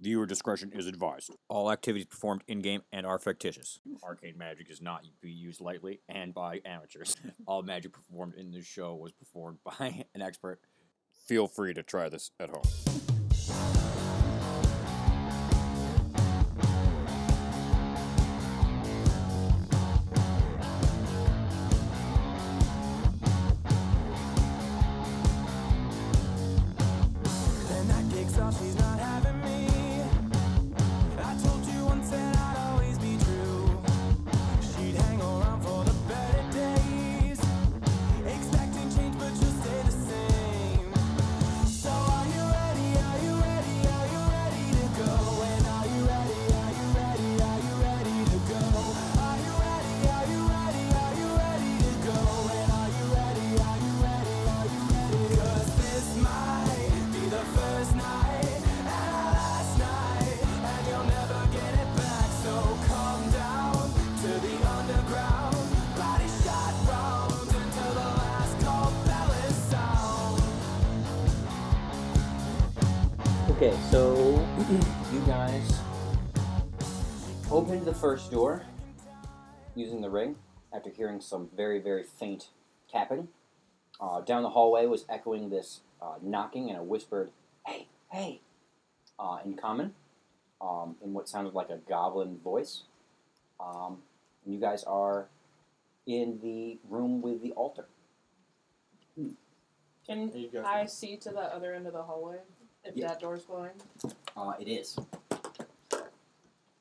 Viewer discretion is advised. All activities performed in game and are fictitious. Arcade magic is not to be used lightly and by amateurs. All magic performed in this show was performed by an expert. Feel free to try this at home. Then I kicks off, she's not having me. I told you once that I'd always be true. She'd hang around for the better days. Expecting change, but you'll stay the same. So are you ready? Are you ready? Are you ready to go? And are you ready? Are you ready? Are you ready to go? Are you ready? Are you ready? Are you ready to go? And are you ready? Are you ready? Are you ready? Cause this might be the first night and our last night, and you'll never get it back. So come down to the underground, body shot round until the last call bell is sound. Okay, so you guys opened the first door using the ring after hearing some very, very faint tapping. Uh, down the hallway was echoing this uh, knocking and a whispered, hey, hey, uh, in common, um, in what sounded like a goblin voice. Um, and you guys are in the room with the altar. Can You guys I can- see to the other end of the hallway if Yeah. that door's blind? Uh, it is.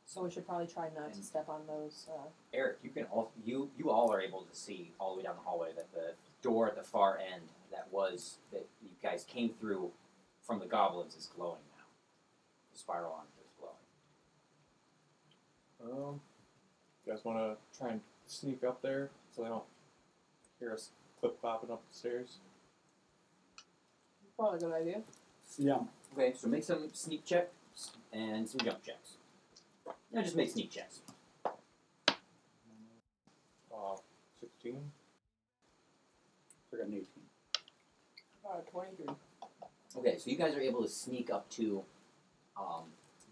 So we should probably try not to step on those. Uh, Eric, you can all you you all are able to see all the way down the hallway that the door at the far end that was that you guys came through from the goblins is glowing now. The spiral on it is glowing. Um, you guys want to try and sneak up there so they don't hear us clip clopping up the stairs? probably a good idea. Yeah. Okay, so make some sneak checks and some jump checks. No, just make sneak checks. Uh, 16? I got an 18. Uh, 23. Okay, so you guys are able to sneak up to um,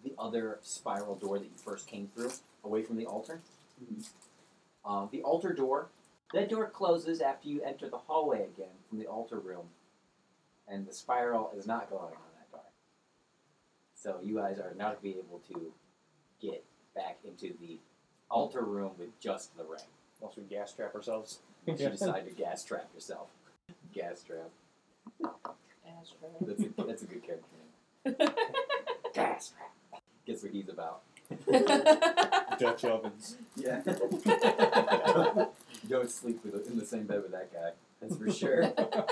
the other spiral door that you first came through, away from the altar. Mhm. Mm-hmm. Um, the altar door, that door closes after you enter the hallway again from the altar room, and the spiral is not going on that door. So you guys are not be able to get back into the altar room with just the ring. Unless we gas trap ourselves. If you decide to gas trap yourself, gas trap. That's That's a, that's a good character name. Gas trap. Guess what he's about. right. Dutch ovens. Yeah. don't, sleep with in the same bed with that guy. That's for sure. That's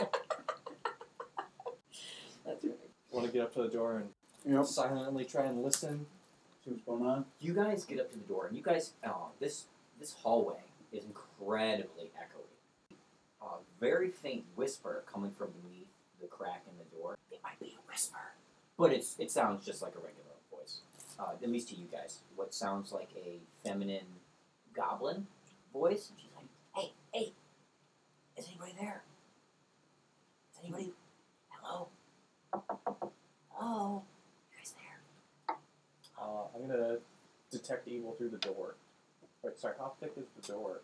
right. Want to get up to the door and Yep. silently try and listen? See what's going on? You guys get up to the door, and you guys, oh, this this hallway is incredibly echoey. A very faint whisper coming from beneath the crack in the door. It might be a whisper, but it's it sounds just like a regular voice. Uh, at least to you guys, what sounds like a feminine goblin voice. And she's like, "Hey, hey, is anybody there? Is anybody? Hello, hello, you guys there?" Uh, I'm going to detect evil through the door. Wait, sorry, how thick is the door?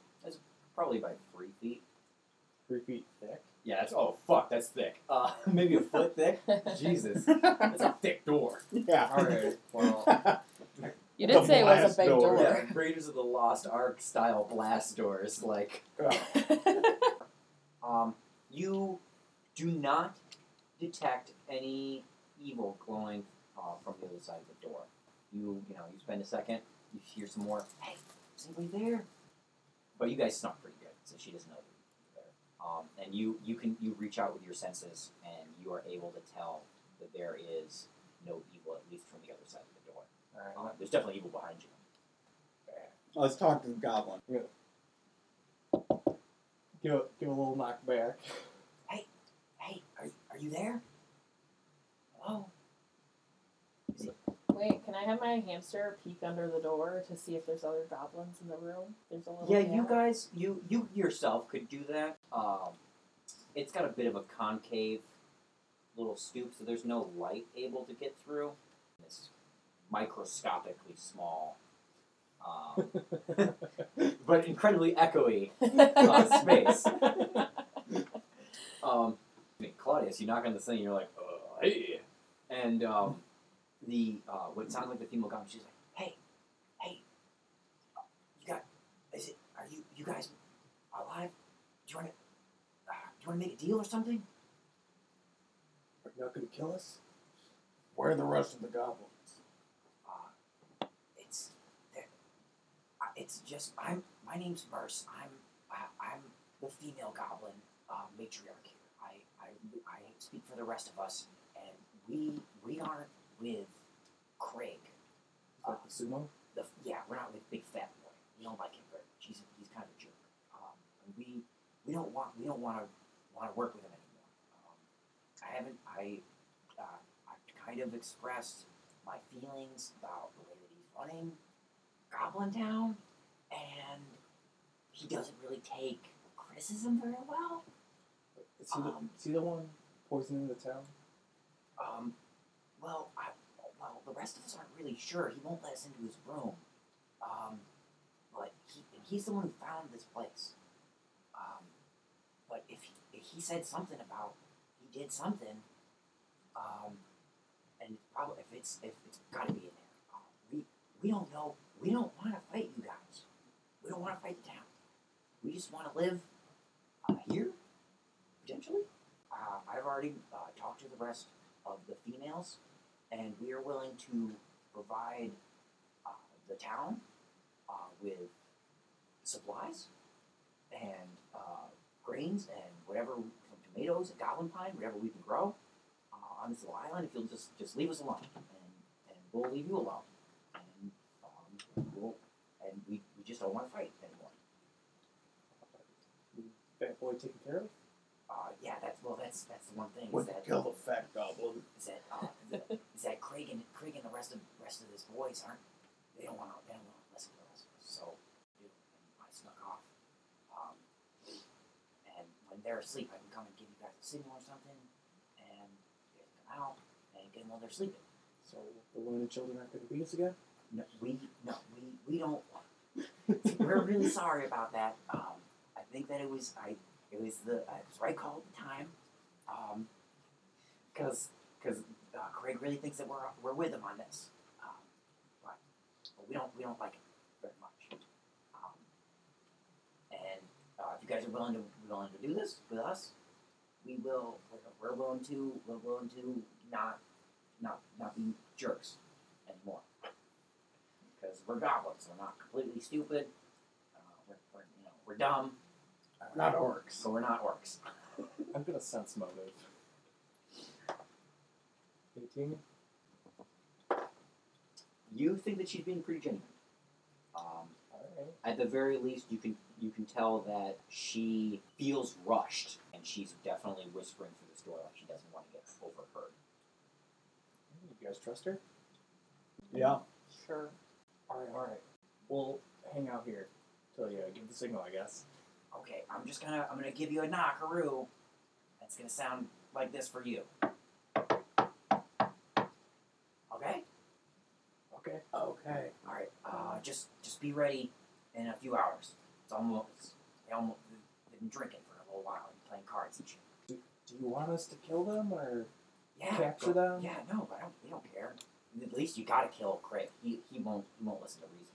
Probably by three feet. Three feet thick? Yeah, that's oh fuck, that's thick. Uh, maybe a foot thick. Jesus, that's a thick door. Yeah. Alright, well, You did The say it was blast a big door. door. Yeah, Raiders of the Lost Ark style blast doors. Like, uh, um, you do not detect any evil glowing uh, from the other side of the door. You, you know, you spend a second, you hear some more. Hey, is anybody there? But you guys snuck pretty good, so she doesn't know that you're there. Um, and you, you can you reach out with your senses, and you are able to tell that there is no evil, at least from the other side of the door. Um, alright, there's definitely evil behind you. Let's talk to the goblin. give, a, give a little knock back. Hey, are, are you there? Hello? Wait, can I have my hamster peek under the door to see if there's other goblins in the room? There's a little. Yeah, you cat. guys, you you yourself could do that. Um, it's got a bit of a concave little stoop, so there's no light able to get through. This microscopically small, um, but incredibly echoey uh, space. Um, I mean, Claudius, you knock on the thing, you're like, uh, hey, and um, the uh, what sounds like the female comes, she's like, hey, hey, you got, is it? Are you you guys alive? Do you want to? Uh, do you want to make a deal or something? Are you not going to kill us? Where are the rest of the goblins? Uh, it's there- I- it's just I'm my name's Merce. I'm I, I'm the female goblin uh, matriarch here. I, I I speak for the rest of us, and we we aren't with Craig. Is that the sumo? The yeah, we're not with Big Fat Boy. We don't like him very much. He's he's kind of a jerk. Um, and we we don't want we don't want to want to work with him anymore. Um, I haven't I uh, I've kind of expressed my feelings about the way that he's running Goblin Town, and he doesn't really take criticism very well. Is he, the, Um, is he the one poisoning the town? Um, well, I, well, the rest of us aren't really sure. He won't let us into his room. Um, but he, and he's the one who found this place. Um, but if he, if he said something about he did something, um, and probably if it's if it's got to be in there. Uh, we we don't know. We don't want to fight you guys. We don't want to fight the town. We just want to live uh, here, potentially. Uh, I've already uh, talked to the rest of the females, and we are willing to provide uh, the town uh, with supplies and uh, grains and whatever some tomatoes and goblin pine, whatever we can grow uh, on this little island. If you'll just just leave us alone, and, and we'll leave you alone, and um, we'll, and we, we just don't want to fight anymore. Fat boy taken care of? Uh, yeah, that's well, that's that's the one thing. is Would that, kill the fat goblin. is that uh, the- is that Craig and Craig and the rest of rest of his boys aren't they don't want to they don't want to listen to us. So you know, and I snuck off. Um, and when they're asleep, I can come and give you guys a signal or something, and you guys come out and get them while they're sleeping. So the women and children aren't going to beat us again? No, we no we we don't. We're really sorry about that. Um, I think that it was I it was the uh, it was right call at the time. Um, because because uh, Craig really thinks that we're we're with him on this. Um, but, but we don't we don't like it very much. Um, and uh, if you guys are willing to willing to do this with us, we will. We're, we're willing to we're willing to not not not be jerks anymore because we're goblins. We're not completely stupid. Uh, we're, we're, you know, we're dumb, Not orcs. so we're not orcs. I'm going to sense motive. 18? You think that she's being pretty genuine. Um, Alright. at the very least, you can you can tell that she feels rushed, and she's definitely whispering through this door like she doesn't want to get overheard. You guys trust her? Yeah. Sure. Alright, alright. We'll hang out here till you give the signal, I guess. Okay, I'm just gonna I'm gonna give you a knockaroo. That's gonna sound like this for you. Okay. Okay. Okay. All right, uh, just just be ready in a few hours. It's almost they almost they've been drinking for a little while and playing cards and shit. Do you want us to kill them or Yeah, Capture go- them? Yeah, no, I don't. They don't care. At least you gotta kill Craig. He, he won't he won't listen to reason.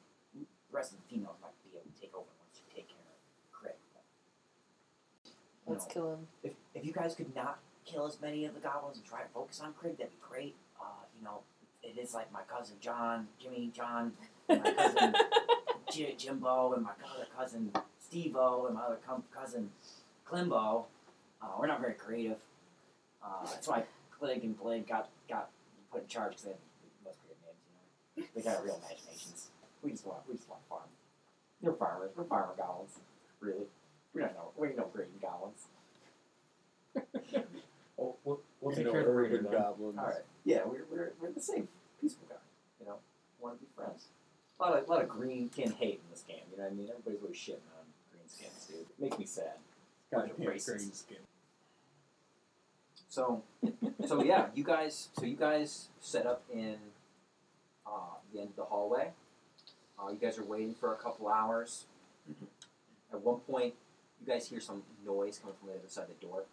The rest of the females might be able to take over once you take care of Craig. but- Let's No. kill him. if if you guys could not kill as many of the goblins and try to focus on Craig, that'd be great. Uh, you know, it is like my cousin John, Jimmy, John, and my cousin J- Jimbo, and my other cousin Steve-O, and my other com- cousin Climbo. Uh, we're not very creative. Uh, that's why Clegg and Blake got got put in charge because they had the most creative names. You know, they got real imaginations. We just want we just want farm. They're farmers. We're farmer goblins, really. We don't know. We ain't no creating goblins. Oh, we'll, we'll You take know, care of the reader urban then. goblins. All right. Yeah, we're, we're, we're the same peaceful guy. You know, want to be friends. A lot of lot of green skin hate in this game. You know what I mean? Everybody's always shitting on green skins, dude. It makes me sad. Goddamn Bunch of racists. green skin. So, so yeah, you guys. So you guys set up in um, the end of the hallway. Uh, you guys are waiting for a couple hours. At one point, you guys hear some noise coming from the other side of the door.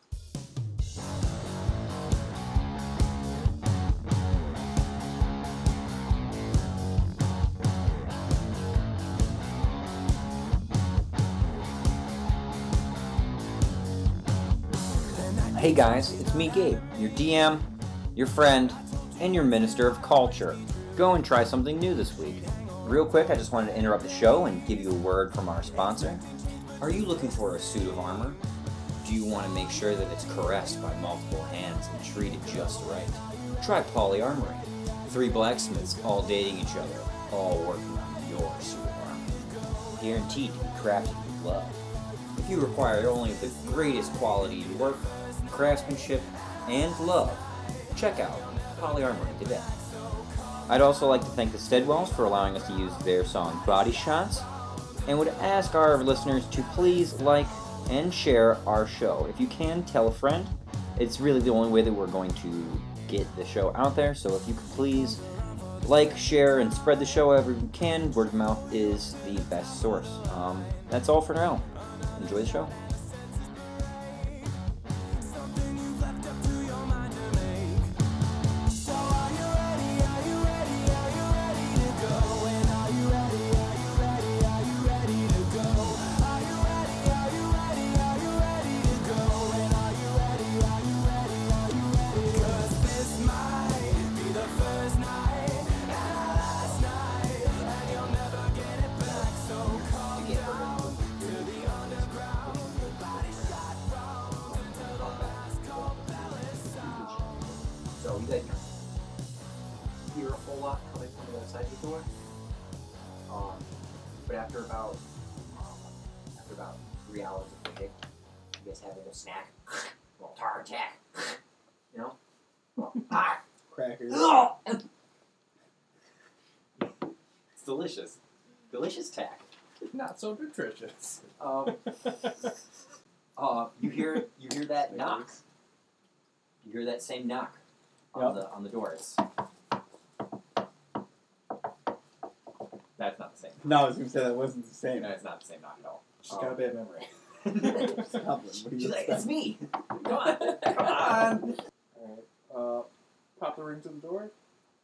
Hey guys, it's me, Gabe, your DM, your friend, and your minister of culture. Go and try something new this week. Real quick, I just wanted to interrupt the show and give you a word from our sponsor. Are you looking for a suit of armor? Do you want to make sure that it's caressed by multiple hands and treated just right? Try Poly Armory. Three blacksmiths all dating each other, all working on your suit of armor. Guaranteed to be crafted with love. If you require only the greatest quality in work, craftsmanship, and love, check out Poly Armor in Tibet. I'd also like to thank the Steadwells for allowing us to use their song Body Shots, and would ask our listeners to please like and share our show. If you can, tell a friend. It's really the only way that we're going to get the show out there, so if you could please like, share, and spread the show however you can, word of mouth is the best source. Um, that's all for now. Enjoy the show. to get her. So you guys hear a whole lot coming from the other side of the door. Um, but after about um, after about three hours of digging, you guys have a little snack, little tar attack, you know. Little- ah, Crackers. ugh. it's delicious, delicious tack. Not so nutritious. Um, uh, you hear you hear that knock. You hear that same knock on Yep. the on the doors. That's not the same. No, I was gonna say that wasn't the same. No, it's not the same knock at all. She's got a bad memory. It's a goblin. What do you She's like, expect? it's me. Come on, come on. Alright. Uh, pop the ring to the door.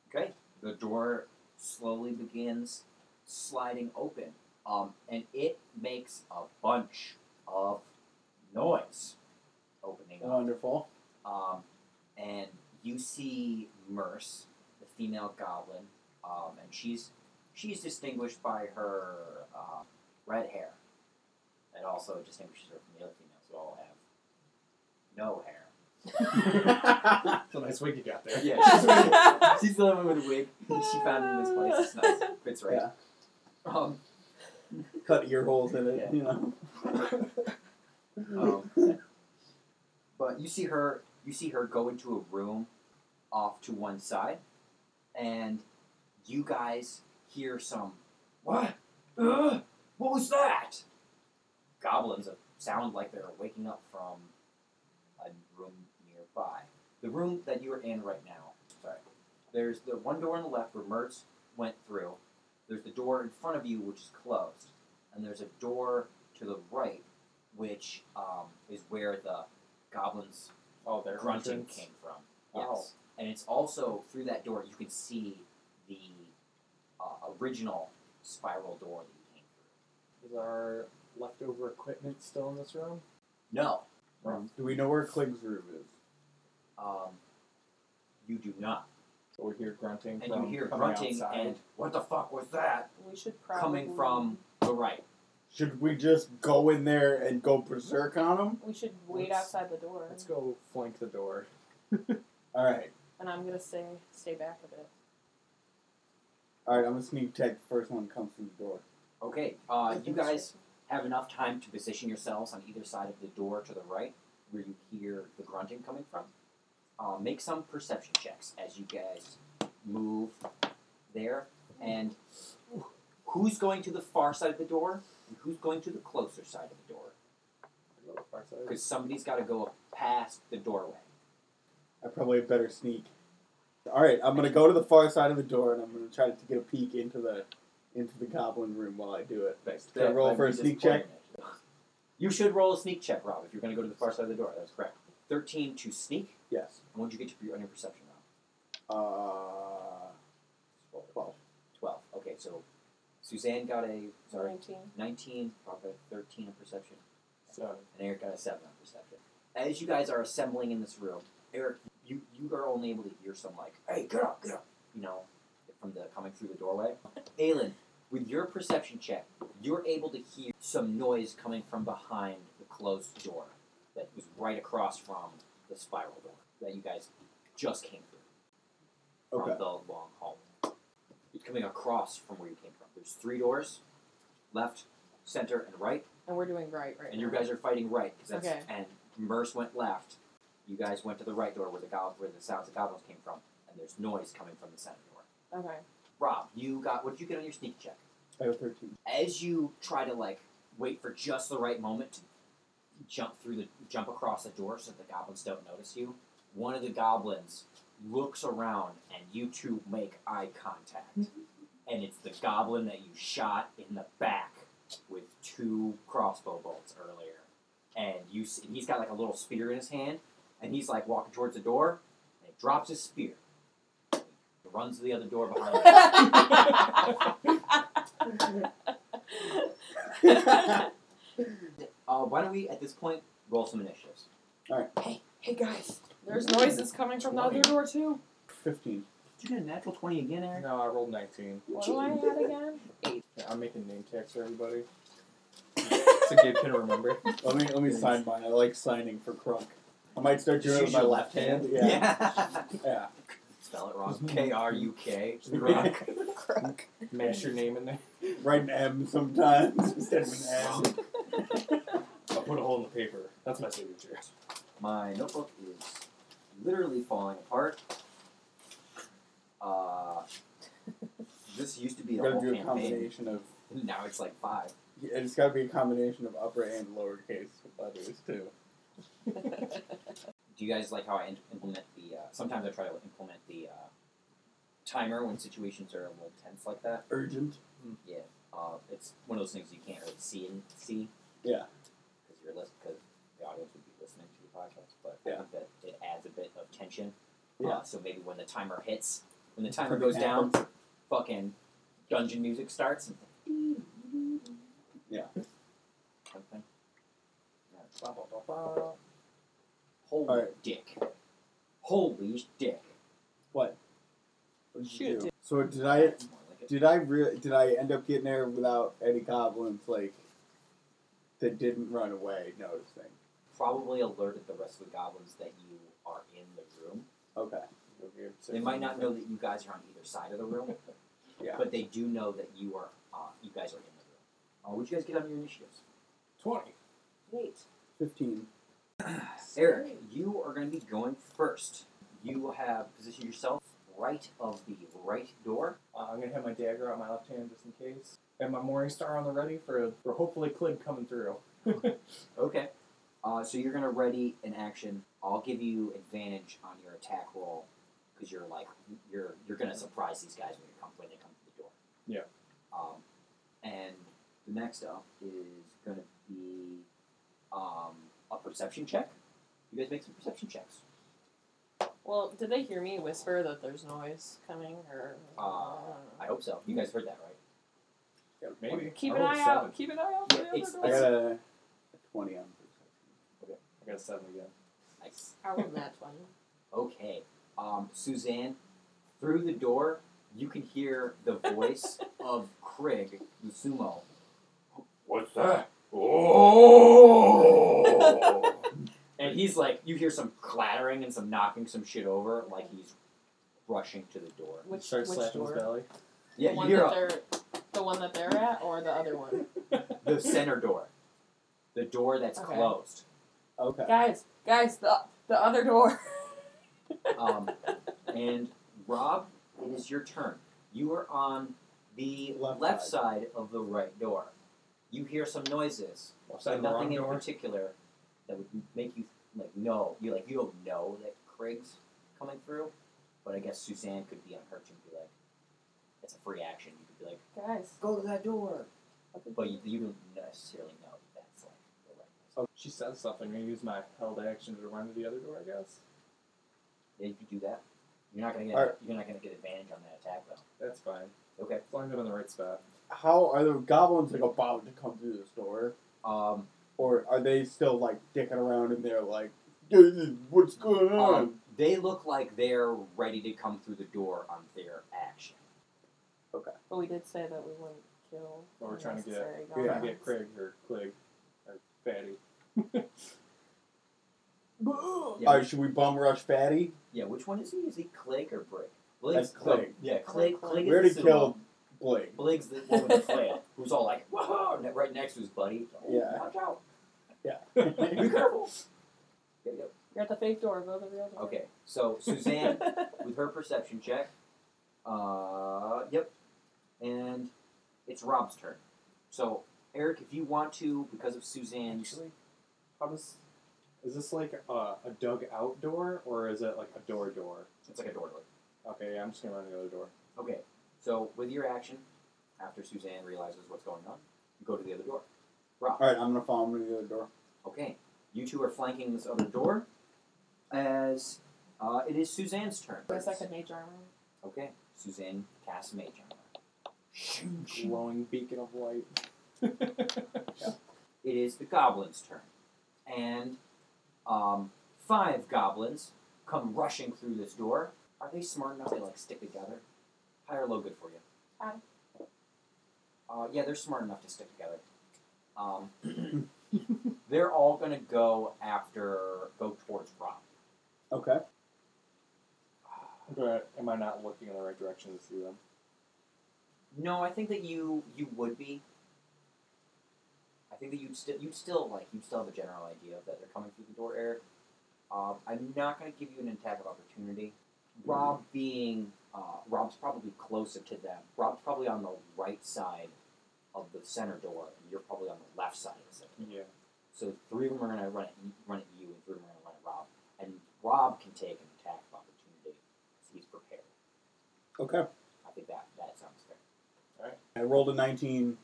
Okay. The door slowly begins sliding open, um, and it makes a bunch of noise opening up. Wonderful. Um, and you see Merce, the female goblin, um, and she's she's distinguished by her um, red hair. It also distinguishes her from the other females who all have no hair. It's a nice wig you got there. Yeah, she's, she's the only one with a wig she found in this place. It's nice. Fits right. Yeah. Um, Cut ear holes in it, Yeah. you know. um, but you see her you see her go into a room off to one side and you guys hear some what Ugh, what was that goblins that sound like they're waking up from a room nearby the room that you are in right now sorry there's the one door on the left where Mertz went through there's the door in front of you which is closed and there's a door to the right which um, is where the goblins Oh, there. grunting entrance. came from. Yes, Oh. and it's also through that door you can see the uh, original spiral door that you came through. Is our leftover equipment still in this room? No, Um, do we know where Clig's room is? um, you do not, So we hear grunting. and from you hear coming grunting outside. and what the fuck was that We should probably coming from the right? Should we just go in there and go berserk on him? We should wait Let's- outside the door, Let's go flank the door. All right, and I'm gonna stay stay back a bit. all right. I'm gonna sneak tag the first one that comes through the door. Okay, uh, you guys have enough time to position yourselves on either side of the door to the right, where you hear the grunting coming from. Uh, make some perception checks as you guys move there. And who's going to the far side of the door and who's going to the closer side of the door? Go to the far side. Because somebody's got to go past the doorway. I probably had better sneak. All right, I'm gonna go to the far side of the door and I'm gonna try to get a peek into the into the goblin room while I do it. Thanks. Can I roll for a sneak check? You should roll a sneak check, Rob, if you're going to go to the far side of the door. That's correct. 13 to sneak. Yes. And what'd you get to your under perception, Rob? Uh, twelve. 12. Okay, so Suzanne got a, sorry, 19. 19, Rob got a 13 on perception, So and Eric got a 7 on perception. As you guys are assembling in this room, Eric, you, you are only able to hear some, like, hey, get up, get up, you know, from the coming through the doorway. Aelin, with your perception check, you're able to hear some noise coming from behind the closed door that was right across from the spiral door that you guys just came through from Okay. the long hallway. It's coming across from where you came from. There's three doors, left, center, and right, And we're doing right right and now. you guys are fighting right because that's Okay. and Merce went left. You guys went to the right door where the gob- where the sounds of goblins came from, and there's noise coming from the center door. Okay. Rob, you got what did you get on your sneak check? I have thirteen. As you try to like wait for just the right moment to jump through the jump across the door so that the goblins don't notice you, one of the goblins looks around and you two make eye contact. and it's the goblin that you shot in the back with two crossbow bolts earlier. And you s- and he's got like a little spear in his hand and he's like walking towards the door and he drops his spear. Runs to the other door behind him. Uh, why don't we, at this point, roll some initiatives? hey, hey guys, there's Mm-hmm. noises coming from the other door too. Fifteen. Did you get a natural 20 again, Eric? no, I rolled 19. What do I add again? Yeah, I'm making name tags for everybody. It's a good pin to remember. Let me let me sign mine. I like signing for Crunk. I might start Just doing it with use my your left left hand. Yeah. Yeah. Spell it wrong. K R U K. Mash your name in there. Write an M sometimes instead of an S. I'll put a hole in the paper. That's my signature. My notebook is literally falling apart. Uh, this used to be You a gotta whole do a campaign. combination of. Now it's like five. It's gotta be a combination of upper and lowercase letters too. Do you guys like how I in- implement the? Uh, sometimes I try to implement the uh, timer when situations are a little tense like that. Urgent. Yeah, uh, it's one of those things you can't really see and see. Yeah. Because you're listening, because the audience would be listening to the podcast, but I Yeah. think that it adds a bit of tension. Yeah. Uh, so maybe when the timer hits, when the timer goes down, fucking dungeon music starts. And Yeah. Something. Yeah, Blah, blah, blah, blah. Holy Alright. dick! Holy dick! What'd you do? So did I? That's more like it. Did I really? Did I end up getting there without any goblins like that didn't run away noticing? Probably alerted the rest of the goblins that you are in the room. Okay. They might not know that you guys are on either side of the room, Yeah. but they do know that you are. Uh, you guys are in the room. Uh, would you guys get on your initiatives? 20. Wait. Fifteen. Eric, you are going to be going first. You have positioned yourself right of the right door. Uh, I'm gonna have my dagger on my left hand just in case, and my morning star on the ready for for hopefully Clink coming through. Okay. Uh, so you're going to ready an action. I'll give you advantage on your attack roll because you're like you're you're going to surprise these guys when you come when they come to the door. Yeah. Um, and the next up is going to be um, a perception check. You guys make some perception checks. Well, did they hear me whisper that there's noise coming or? Uh, I hope so. You guys heard that, right? Maybe Keep I an rolled eye a seven. out. Keep an eye out for Oh, Yeah, the it's- other door. I got a twenty on. I got a seven again. Nice. I rolled that twenty. Okay. Um, Suzanne, through the door, you can hear the voice of Krig, the sumo. What's that? Oh! And he's like, you hear some clattering and some knocking some shit over, like he's rushing to the door. Which Start which slapping his door? belly. Yeah, the you one hear a, that they're the one that they're at, or the other one. the center door. The door that's Okay. closed. Okay. guys, guys, the the other door. Um, and Rob, it is your turn. You are on the Left side. of the right door. You hear some noises, Left side but of the nothing wrong in door. particular that would make you like know. You like you don't know that Craig's coming through, But I guess Suzanne could be unhurt and be like, it's a free action. You could be like, Guys, go to that door. I think But you, you don't necessarily know that that's like the right place. Oh, she says something. I use my held action to run to the other door, I guess. Yeah, you could do that. You're not gonna get Alright. you're not gonna get advantage on that attack though. That's fine. Okay. As long as I'm in the right spot. How are the goblins like about to come through this door, Um, or are they still like dicking around and they're like, "Dude, "What's going on?" um, they look like they're ready to come through the door on their action. But we did say that we wouldn't kill. Well, we're trying to get- unnecessary Yeah. Trying to goblins. get Craig or Clig or Fatty. Yeah, All right, should we bum rush Fatty? Yeah, which one is he? Is he Clig or Brig? That's Blig's- Clig. Yeah, Clig. Clig We is already the killed Blake. Blig's the one with the flail, who's all like, "Whoa!" and right next to his buddy. Oh, Yeah. Watch out! Be All careful. Yep, yep. You're at the fake door. Go to the real door. Okay, so Suzanne with her perception check. Uh, yep. And it's Rob's turn. So Eric, if you want to, because of Suzanne's, Actually, how does is this like a, a dug out door or is it like a door door? it's like a door. door. Okay, yeah, I'm just gonna run to the other door. Okay, so with your action, after Suzanne realizes what's going on, you go to the other door. Rob. right, I'm gonna follow him to the other door. Okay, you two are flanking this other door. As uh, it is Suzanne's turn. For a second, mage armor. Okay, Suzanne casts mage armor. Glowing beacon of light. it is the goblin's turn. And um, five goblins come rushing through this door. Are they smart enough to like stick together? High or low good for you? High. Uh, yeah, they're smart enough to stick together. Um, they're all gonna go after go towards Rob. Okay. Do I- Am I not looking in the right direction to see them? No, I think that you you would be. I think that you'd still you'd still like you'd still have a general idea that they're coming through the door, Eric. Um, I'm not going to give you an attack of opportunity. Rob being uh, Rob's probably closer to them. Rob's probably on the right side of the center door, and you're probably on the left side of the center. Yeah. So three of them are going to run at run at you, and three of them are going to run at Rob. And Rob can take an attack of opportunity because he's prepared. Okay. I think that that sounds fair. I rolled a 19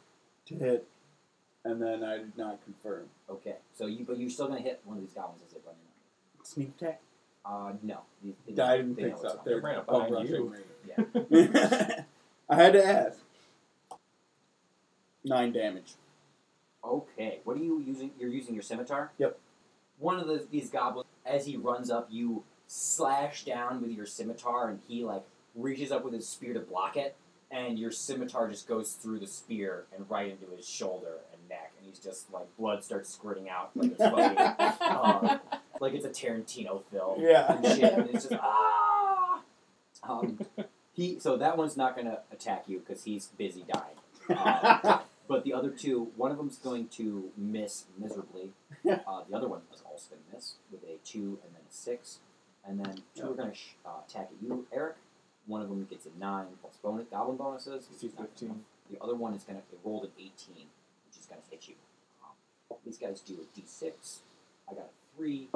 to hit, and then I did not confirm. Okay, so you but you're still gonna hit one of these goblins as they run in. Sneak attack. Uh, no, they, they know- Died and they know picks it's up. coming. They're Ran up bum behind rushing Yeah. me. I had to ask. Nine damage. Okay, what are you using? You're using your scimitar. Yep. One of the, these goblins, as he runs up, you slash down with your scimitar, and he like reaches up with his spear to block it, and your scimitar just goes through the spear and right into his shoulder and neck, and he's just like blood starts squirting out like it's fucking, Uh-huh. uh, like it's a Tarantino film. and Yeah. shit, and it's just ah. Um, he so that one's not gonna attack you because he's busy dying. Um, but the other two, one of them's going to miss miserably. Uh, the other one is also gonna miss with a two and then a six, and then two are gonna sh- uh, attack at you, Eric. One of them gets a nine plus bonus goblin bonuses. It's 215. The other one is gonna it rolled an eighteen, which is gonna hit you. Um, these guys do a D six. I got a three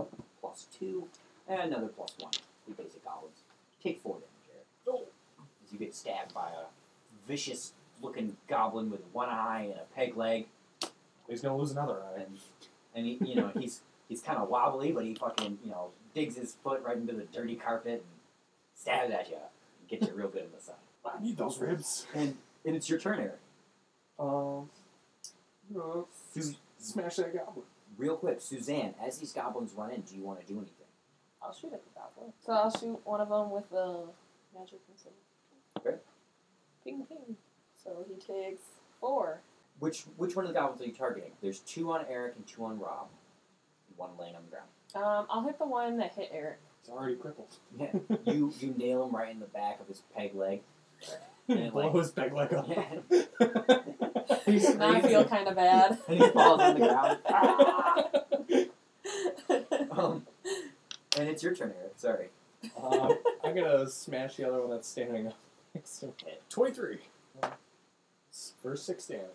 plus two and another plus one. Three basic goblins. Take four damage, Eric. As you get stabbed by a vicious looking goblin with one eye and a peg leg, He's gonna lose another eye. and and he, you know he's he's kind of wobbly, but he fucking you know digs his foot right into the dirty carpet and stabs at you and gets you real good in the side. I need those ribs. And and it's your turn, Eric. Um. no, just Smash that goblin. Real quick, Suzanne, as these goblins run in, do you want to do anything? I'll shoot at the goblin. So I'll shoot one of them with the magic missile. Okay. Ping ping. So he takes four. Which which one of the goblins are you targeting? There's two on Eric and two on Rob. One laying on the ground. Um, I'll hit the one that hit Eric. He's already crippled. Yeah, you you nail him right in the back of his peg leg. And Blow like- his peg leg off. Yeah. He And I screams. feel kind of bad. and he falls on the ground. Ah! Um, and it's your turn, Eric. Sorry. Uh, I'm gonna smash the other one that's standing up next to me. Twenty-three. First six damage.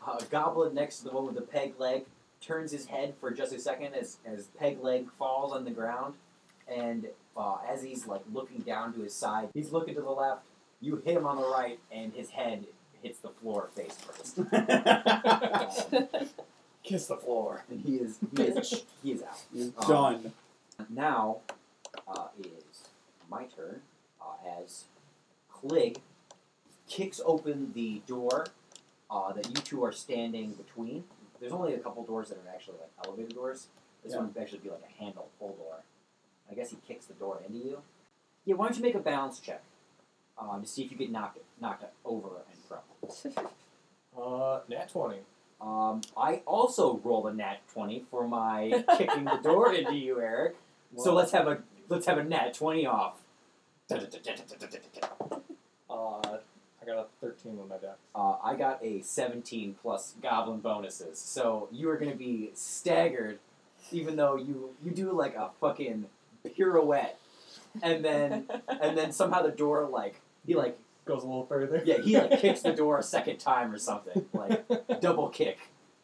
Uh, goblin next to the one with the peg leg turns his head for just a second as, as peg leg falls on the ground and uh, as he's like looking down to his side, he's looking to the left. You hit him on the right, and his head hits the floor face first. Kiss the floor. and he is he is he is out. You're Um, done. Now uh, is my turn uh, as Clig kicks open the door uh, that you two are standing between. There's only a couple doors that are actually like elevator doors. This Yeah. one would actually be like a handle pull door. I guess he kicks the door into you. Yeah, why don't you make a balance check um, to see if you get knocked knocked over and from. Uh, nat 20. Um, I also rolled a nat twenty for my kicking the door into you, Eric. So let's have a let's have a nat twenty off. Uh, I got a 13 on my deck. Uh, I got a seventeen plus goblin bonuses, so you are going to be staggered, even though you you do like a fucking pirouette, and then and then somehow the door like he like Goes a little further. yeah he like kicks the door a second time or something like double kick,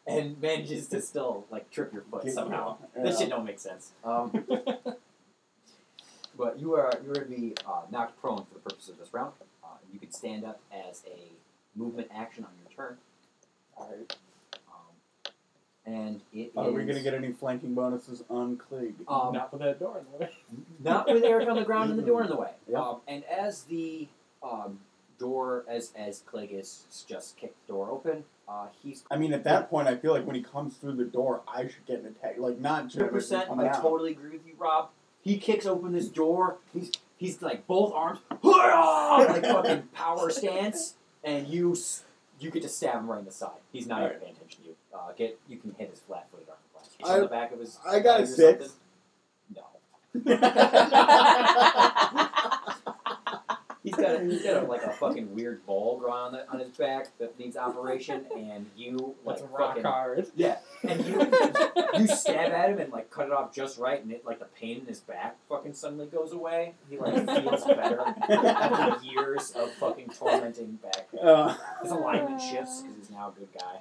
and manages to still like trip your foot Get you somehow. off. This shit don't make sense. Um, but you are you're gonna be uh, knocked prone for the purpose of this round. Uh, you can stand up as a movement action on your turn, Alright. um, and it Are we is- gonna get any flanking bonuses on Klieg? um, Not with that door in the way. not with Eric on the ground and the door in the way. Yeah. Um, and as the um, door, as as Clegg is just kicked the door open, uh, he's I mean, at that point, I feel like when he comes through the door, I should get an attack. Like, not just Hundred percent. I coming out. totally agree with you, Rob. He kicks open this door. He's he's like both arms, like fucking power stance, and you s- you get to stab him right in the side. He's not even paying attention to you. Uh, get you can hit his flat footed arm blast. It's on I- the back of his. I got a legs or six. something. No, he's got a, he's got a, like a fucking weird bulb on the, on his back that needs operation, and you like That's a rock fucking hard. yeah, and you you stab at him and like cut it off just right, and it like the pain in his back fucking suddenly goes away. He like feels better after years of fucking tormenting back. Uh, His alignment shifts because he's now a good guy.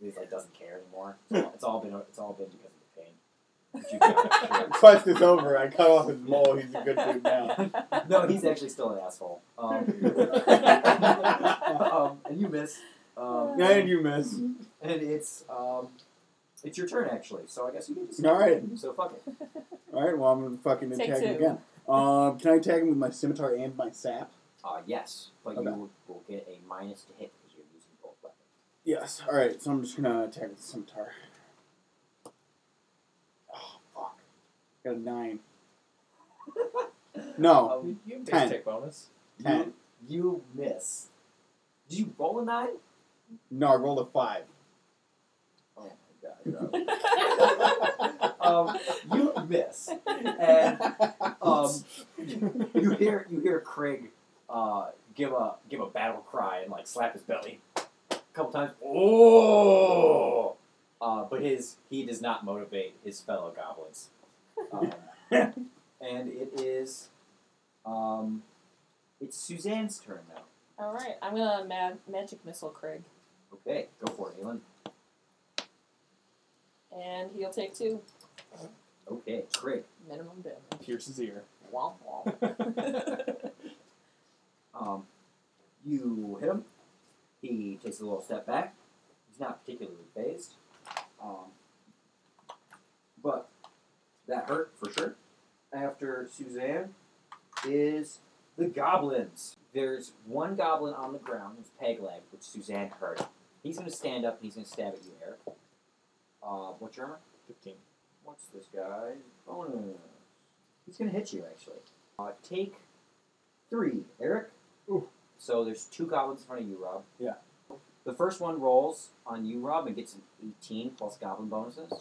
He like doesn't care anymore. It's all, it's all been it's all been because of the pain. But you got it. quest is over. I cut off his mole. He's a good dude now. No, he's actually still an asshole. Um, and um, and you miss. Um, you miss. and it's um, it's your turn actually. So I guess you can just All right. so fuck it. All right. Well, I'm gonna fucking Take attack him two. again. Um, can I attack him with my scimitar and my sap? Uh, yes, but Okay. you will, will get a minus to hit because you're using both weapons. Yes. All right. So I'm just gonna attack with the scimitar. Oh fuck! Got a nine. No, Um, You have Ten. base take bonus. ten. you miss. Did you roll a nine? No, I rolled a five. Oh my god! um, you miss, and um, you hear you hear Craig uh, give a give a battle cry and like slap his belly a couple times. Oh! Uh, but his he does not motivate his fellow goblins, um, and it is um, it's Suzanne's turn now. All right, I'm gonna mag- magic missile Craig, Okay, go for it, Aelin. and he'll take two Okay, Craig. minimum damage. Pierce's ear. Womp womp. Um, you hit him. He takes a little step back. He's not particularly phased. Um, but that hurt for sure. After Suzanne is the goblins. There's one goblin on the ground, his peg leg, which Suzanne hurt. He's going to stand up and he's going to stab at you, Eric. Uh, what's your armor? 15. What's this guy? Bonus. He's gonna hit you actually. Uh, take three, Eric. Ooh. So there's two goblins in front of you, Rob. Yeah. The first one rolls on you, Rob, and gets an 18 plus goblin bonuses.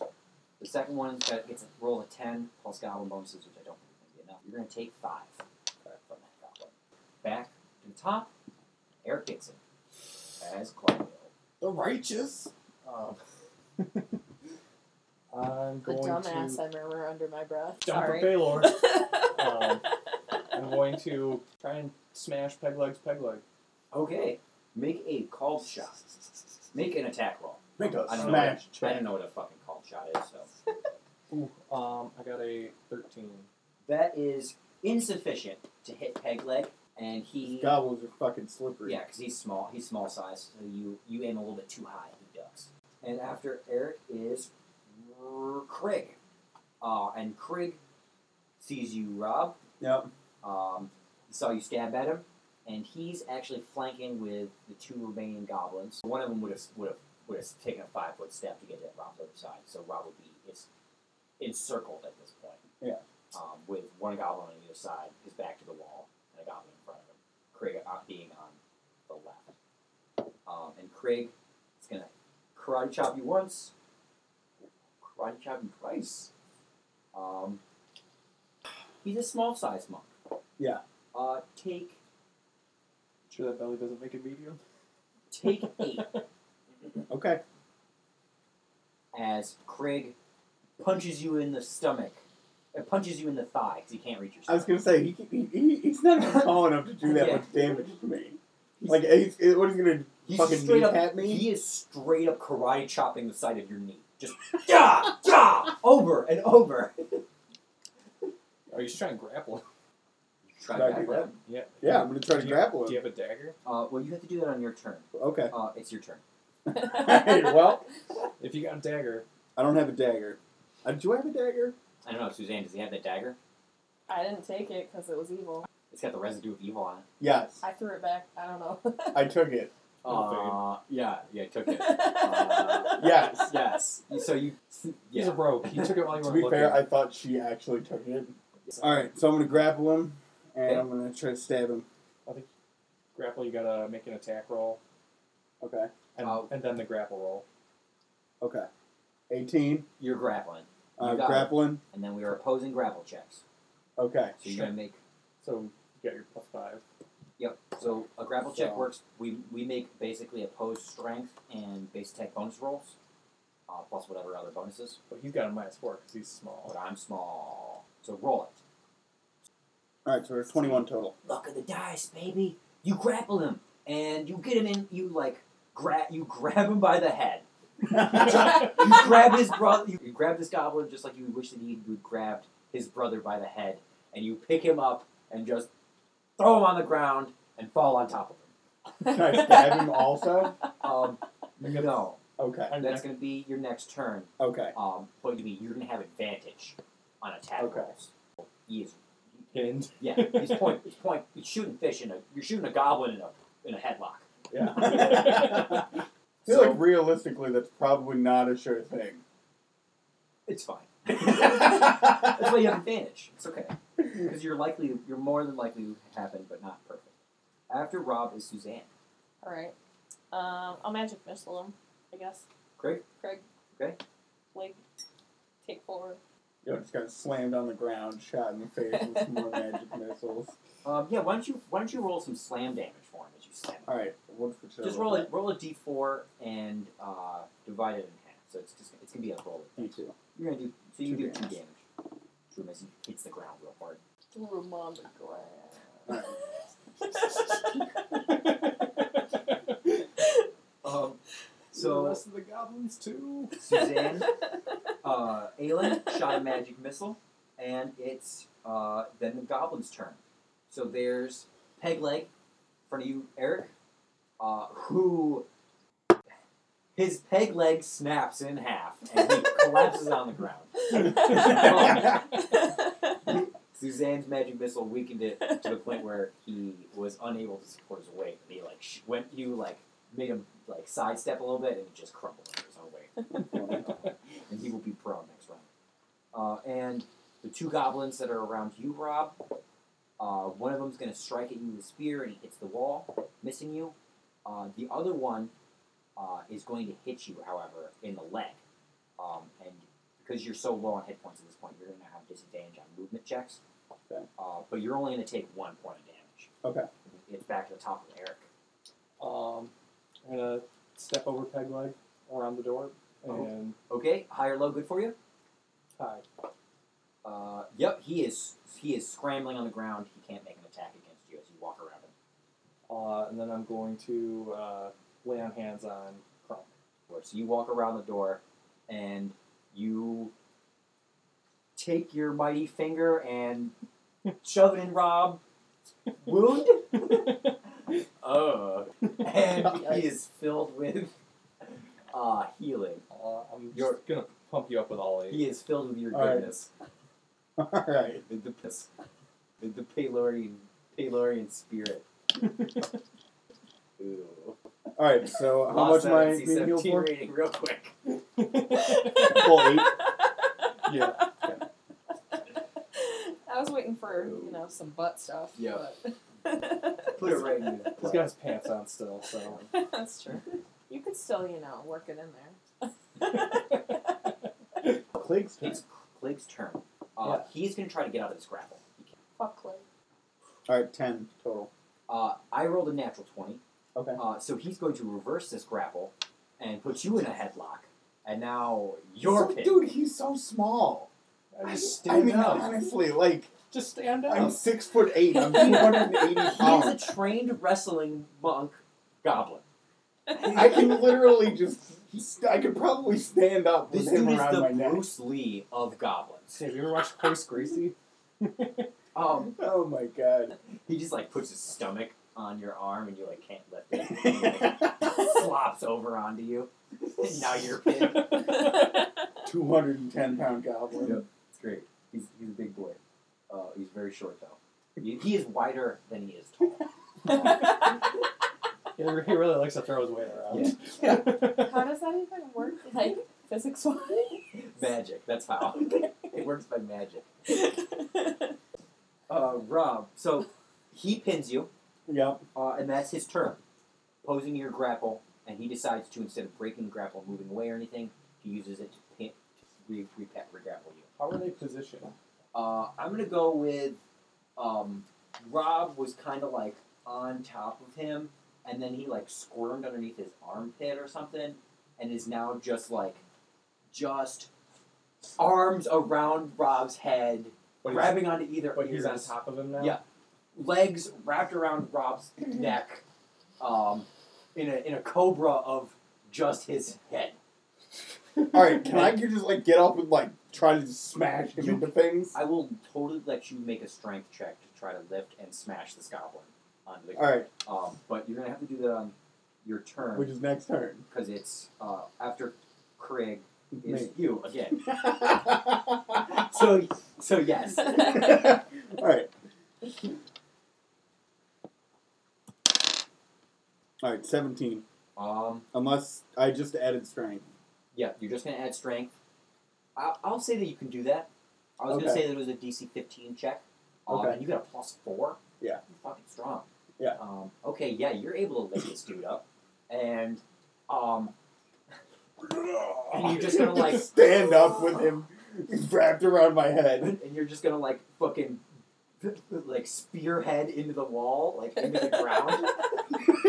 The second one got- gets a roll of 10 plus goblin bonuses, which I don't think is gonna be enough. You're gonna take five from that goblin. Back to the top, Eric Dixon as Claudio. The righteous. Um, I'm The going dumbass to I murmur under my breath. dump a Sorry. Baylor. um, I'm going to try and smash peg legs, peg leg. Okay, make a called shot. Make an attack roll. Make a I don't know smash I check. don't know what a fucking called shot is, so Ooh, um, I got a 13. That is insufficient to hit Pegleg, and he Goblins are fucking slippery. yeah, because he's small. He's small size, so you you aim a little bit too high, he ducks. And after Eric is R- Krig, uh, and Krig sees you, Rob. Yep. Um, he saw you stab at him, and he's actually flanking with the two remaining goblins. One of them would have would have would have taken a five foot step to get at Rob's other side, so Rob would be it's encircled at this point. Yeah. Um, with one goblin on either side, his back to the wall, and a goblin in front of him. Craig uh, being on the left, um, and Craig is gonna karate chop you once, karate chop you twice. Um, he's a small sized monk. Yeah. Uh, take Sure, that belly doesn't make it medium. take eight Okay. as Craig punches you in the stomach. It punches you in the thigh because he can't reach your I was stomach. gonna say he, he, he he's not even tall enough to do that Yeah. much damage to me. Like eh, he's, he's- what is he gonna He's fucking straight up. kneecap me? He is straight up karate chopping the side of your knee. Just yeah, yeah, over and over. Oh, he's trying to grapple. Try Should I that do one. Yeah. Yeah, I'm gonna try to Do you- grapple Do you him. have a dagger? Uh, well, you have to do that on your turn. Okay. Uh, it's your turn. Hey, well, If you got a dagger, I don't have a dagger. Uh, do I have a dagger? I don't know, Suzanne. Does he have that dagger? I didn't take it because it was evil. It's got the residue of evil on it. Yes, I threw it back. I don't know. I took it. Oh, Uh, yeah, yeah, I took it. Uh, Yes. Uh, yes. So you, he's yeah. a rogue. He took it while you to were be looking. fair, I thought she actually took it. All right, so I'm gonna grapple him and Okay. I'm gonna try to stab him. grapple, you gotta make an attack roll, Okay. and, Oh. and then the grapple roll. Okay. uh, 18. You're grappling, You I'm got it. grappling. and then we are opposing grapple checks. Okay. So you're gonna make So you got your plus five. Yep. So a grapple check So- works. We we make basically opposed strength and base attack bonus rolls, uh, plus whatever other bonuses. But he's got a minus four because he's small. But I'm small, so roll it. All right, so we're at 21 total. Luck of the dice, baby. You grapple him, and you get him in. You like grab you grab him by the head. you grab his brother. You, you grab this goblin just like you wish that he would grabbed his brother by the head, and you pick him up and just throw him on the ground and fall on top of him. Can I stab him also? Um, I guess- no, Okay. And that's then- going to be your next turn. Okay. Um, but you mean you're gonna have advantage on attack Okay. rolls. He is, pinned. yeah, he's point, he's point, he's shooting fish in a, you're shooting a goblin in a, in a headlock. Yeah. I feel So- like realistically, that's probably not a sure thing. It's fine. okay. That's why you have advantage. It's okay because you're likely, you're more than likely to happen, but not perfect. After Rob is Suzanne. All right. Um, I'll magic missile him. I guess. Craig, Craig. Okay. Leg. Take forward. Yo, just got slammed on the ground, shot in the face with some more magic missiles. um, yeah, why don't you why don't you roll some slam damage for him as you slam? Him? All right, what's the Just roll a roll a d4 and uh, divide it in half. So it's just it's gonna be a roll. Me too. You're gonna do so you Two do two damage. damage. True Mason hits the ground real hard. Threw him on the All right. ground. Um, the so rest of the goblins too. Suzanne, uh, Aelin shot a magic missile, and it's uh, then the goblin's turn. So there's Pegleg in front of you, Eric, uh, who his peg leg snaps in half and he collapses on the ground. Suzanne's magic missile weakened it to the point where he was unable to support his weight. He like sh- went, you like made him like sidestep a little bit, and he just crumbled under his own weight. and he will be prone next round. Uh, and the two goblins that are around you, Rob, uh, one of them's going to strike at you with a spear and he hits the wall, missing you. Uh, the other one uh, is going to hit you, however, in the leg. Um, and because you're so low on hit points at this point, you're going to have disadvantage on movement checks. Okay. Uh, but you're only going to take one point of damage. Okay. It's back to the top of Eric. Um, I'm gonna step over peg leg around the door and Okay, high or low, good for you? hi. Uh, yep, he is he is scrambling on the ground. He can't make an attack against you as you walk around him. Uh, and then I'm going to uh, lay on hands on Crump. So you walk around the door, and you take your mighty finger and shove it in Rob wound. uh, and he is filled with uh, healing. Uh, I'm You're- just gonna pump you up with all eight. He is filled with your All right. goodness. All right. The, the, the, the Palorian, Palorian spirit. Ooh. All right. So how Lost much am I that being healed NC-17 for? rating real quick. Full eight. Yeah. I was waiting for you know some butt stuff. Yeah. but- Put it right in He's got his pants on still, so. That's true. You could still you know work it in there. Cleek's turn. It's Clegg's turn. Uh, He's going to try to get out of this grapple. Fuck Clay. All right. Ten total. Uh, I rolled a natural 20. Okay. Uh, so he's going to reverse this grapple and put you in a headlock. And now you're pinned. dude, he's so small. I just I stand mean, up. honestly, like just stand up. I'm six foot eight. I'm two hundred and eighty He's pounds. a trained wrestling monk goblin. I can literally just. I could probably stand up with This him dude is around the my neck. Bruce Lee of goblins. Have you ever watched Hoist Gracie? Um, Oh my god. he just like puts his stomach on your arm and you like can't lift it. And he, like, slops over onto you. And now you're pinned. Two hundred and ten pound goblin. Yep. It's great. He's, he's a big boy. Uh, he's very short though. He, he is wider than he is tall. He re- he really likes to throw his weight around. How does that even work? Like physics wise? Magic. That's how it works by magic. Uh, Rob. So he pins you, Yep. uh, and that's his turn, posing your grapple. And he decides to instead of breaking the grapple, moving away or anything, he uses it to pin, to re, re, re grapple you. How are they positioned? Uh, I'm gonna go with um, Rob was kind of like on top of him, and then he like squirmed underneath his armpit or something, and is now just like just arms around Rob's head, But he's- grabbing onto either But he's on ears, top of him now? Yeah. legs wrapped around Rob's neck, um, in a in a cobra of just his head. Alright, can I get- just like get up and like try to just smash him You- into things? I will totally let you make a strength check to try to lift and smash this goblin onto the ground. Alright, Um, but you're gonna have to do that on your which turn is next turn. because it's uh, after Craig is Me. you again. Alright. So so yes. Alright, seventeen. Um, Unless I just added strength. yeah, you're just gonna add strength. I, I'll say that you can do that. I was gonna Okay. say that it was a DC 15 check. Um, Okay. And you got a plus four. Yeah. You're fucking strong. Yeah. Um, okay. Yeah, you're able to lift this dude up, and um, And you're just gonna, like- stand up with him wrapped around my head. and you're just gonna like fucking like spearhead into the wall, like into the ground.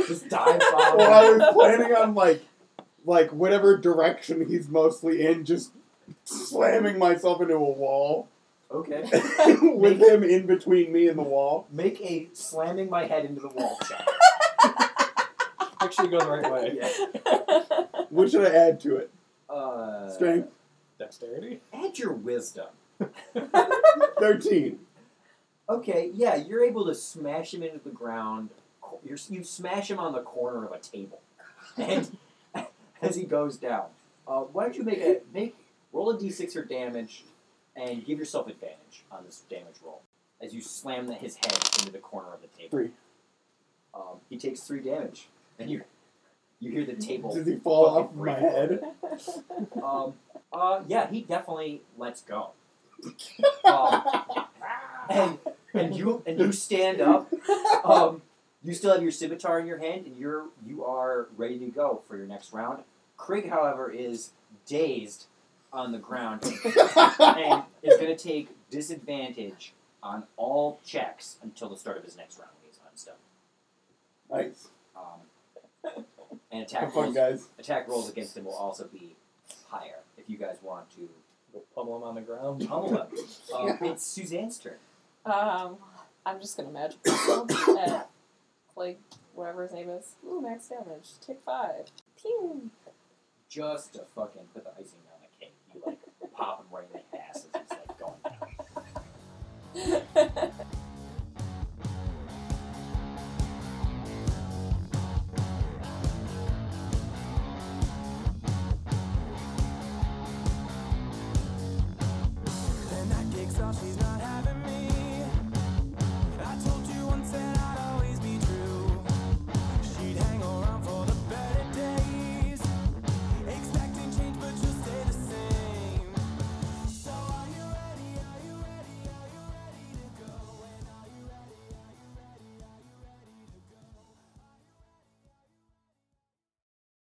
just dive bomb. Well, I was planning on like like whatever direction he's mostly in, just slamming myself into a wall Okay. with him in between me and the wall. Make a slamming my head into the wall check. Actually, go the right way. Yeah. What should I add to it? Uh, Strength Dexterity? Add your wisdom. thirteen. Okay, yeah, you're able to smash him into the ground. Co- You're, you smash him on the corner of a table, and as he goes down, uh, why don't you make a make roll a d6 for damage, and give yourself advantage on this damage roll as you slam the, his head into the corner of the table. Three. Um, he takes three damage, and you you hear the table Does he fall fucking off break. my head? Um, uh, yeah, he definitely lets go. Um, and, and you and you stand up. Um, you still have your scimitar in your hand, and you're you are ready to go for your next round. Krig, however, is dazed on the ground and is going to take disadvantage on all checks until the start of his next round when he's unstuck. nice. Um, and Have attack fun, rolls, guys. attack rolls against him will also be higher if you guys want to Go pummel him on the ground. Um, Pummel him. Uh, it's Suzanne's turn. Um, I'm just gonna magic myself at like whatever his name is. Ooh, max damage. Take five. Pew. Just to fucking put the icing on the cake. You like pop him right in the ass as he's like going down. And that dick's off, she's not having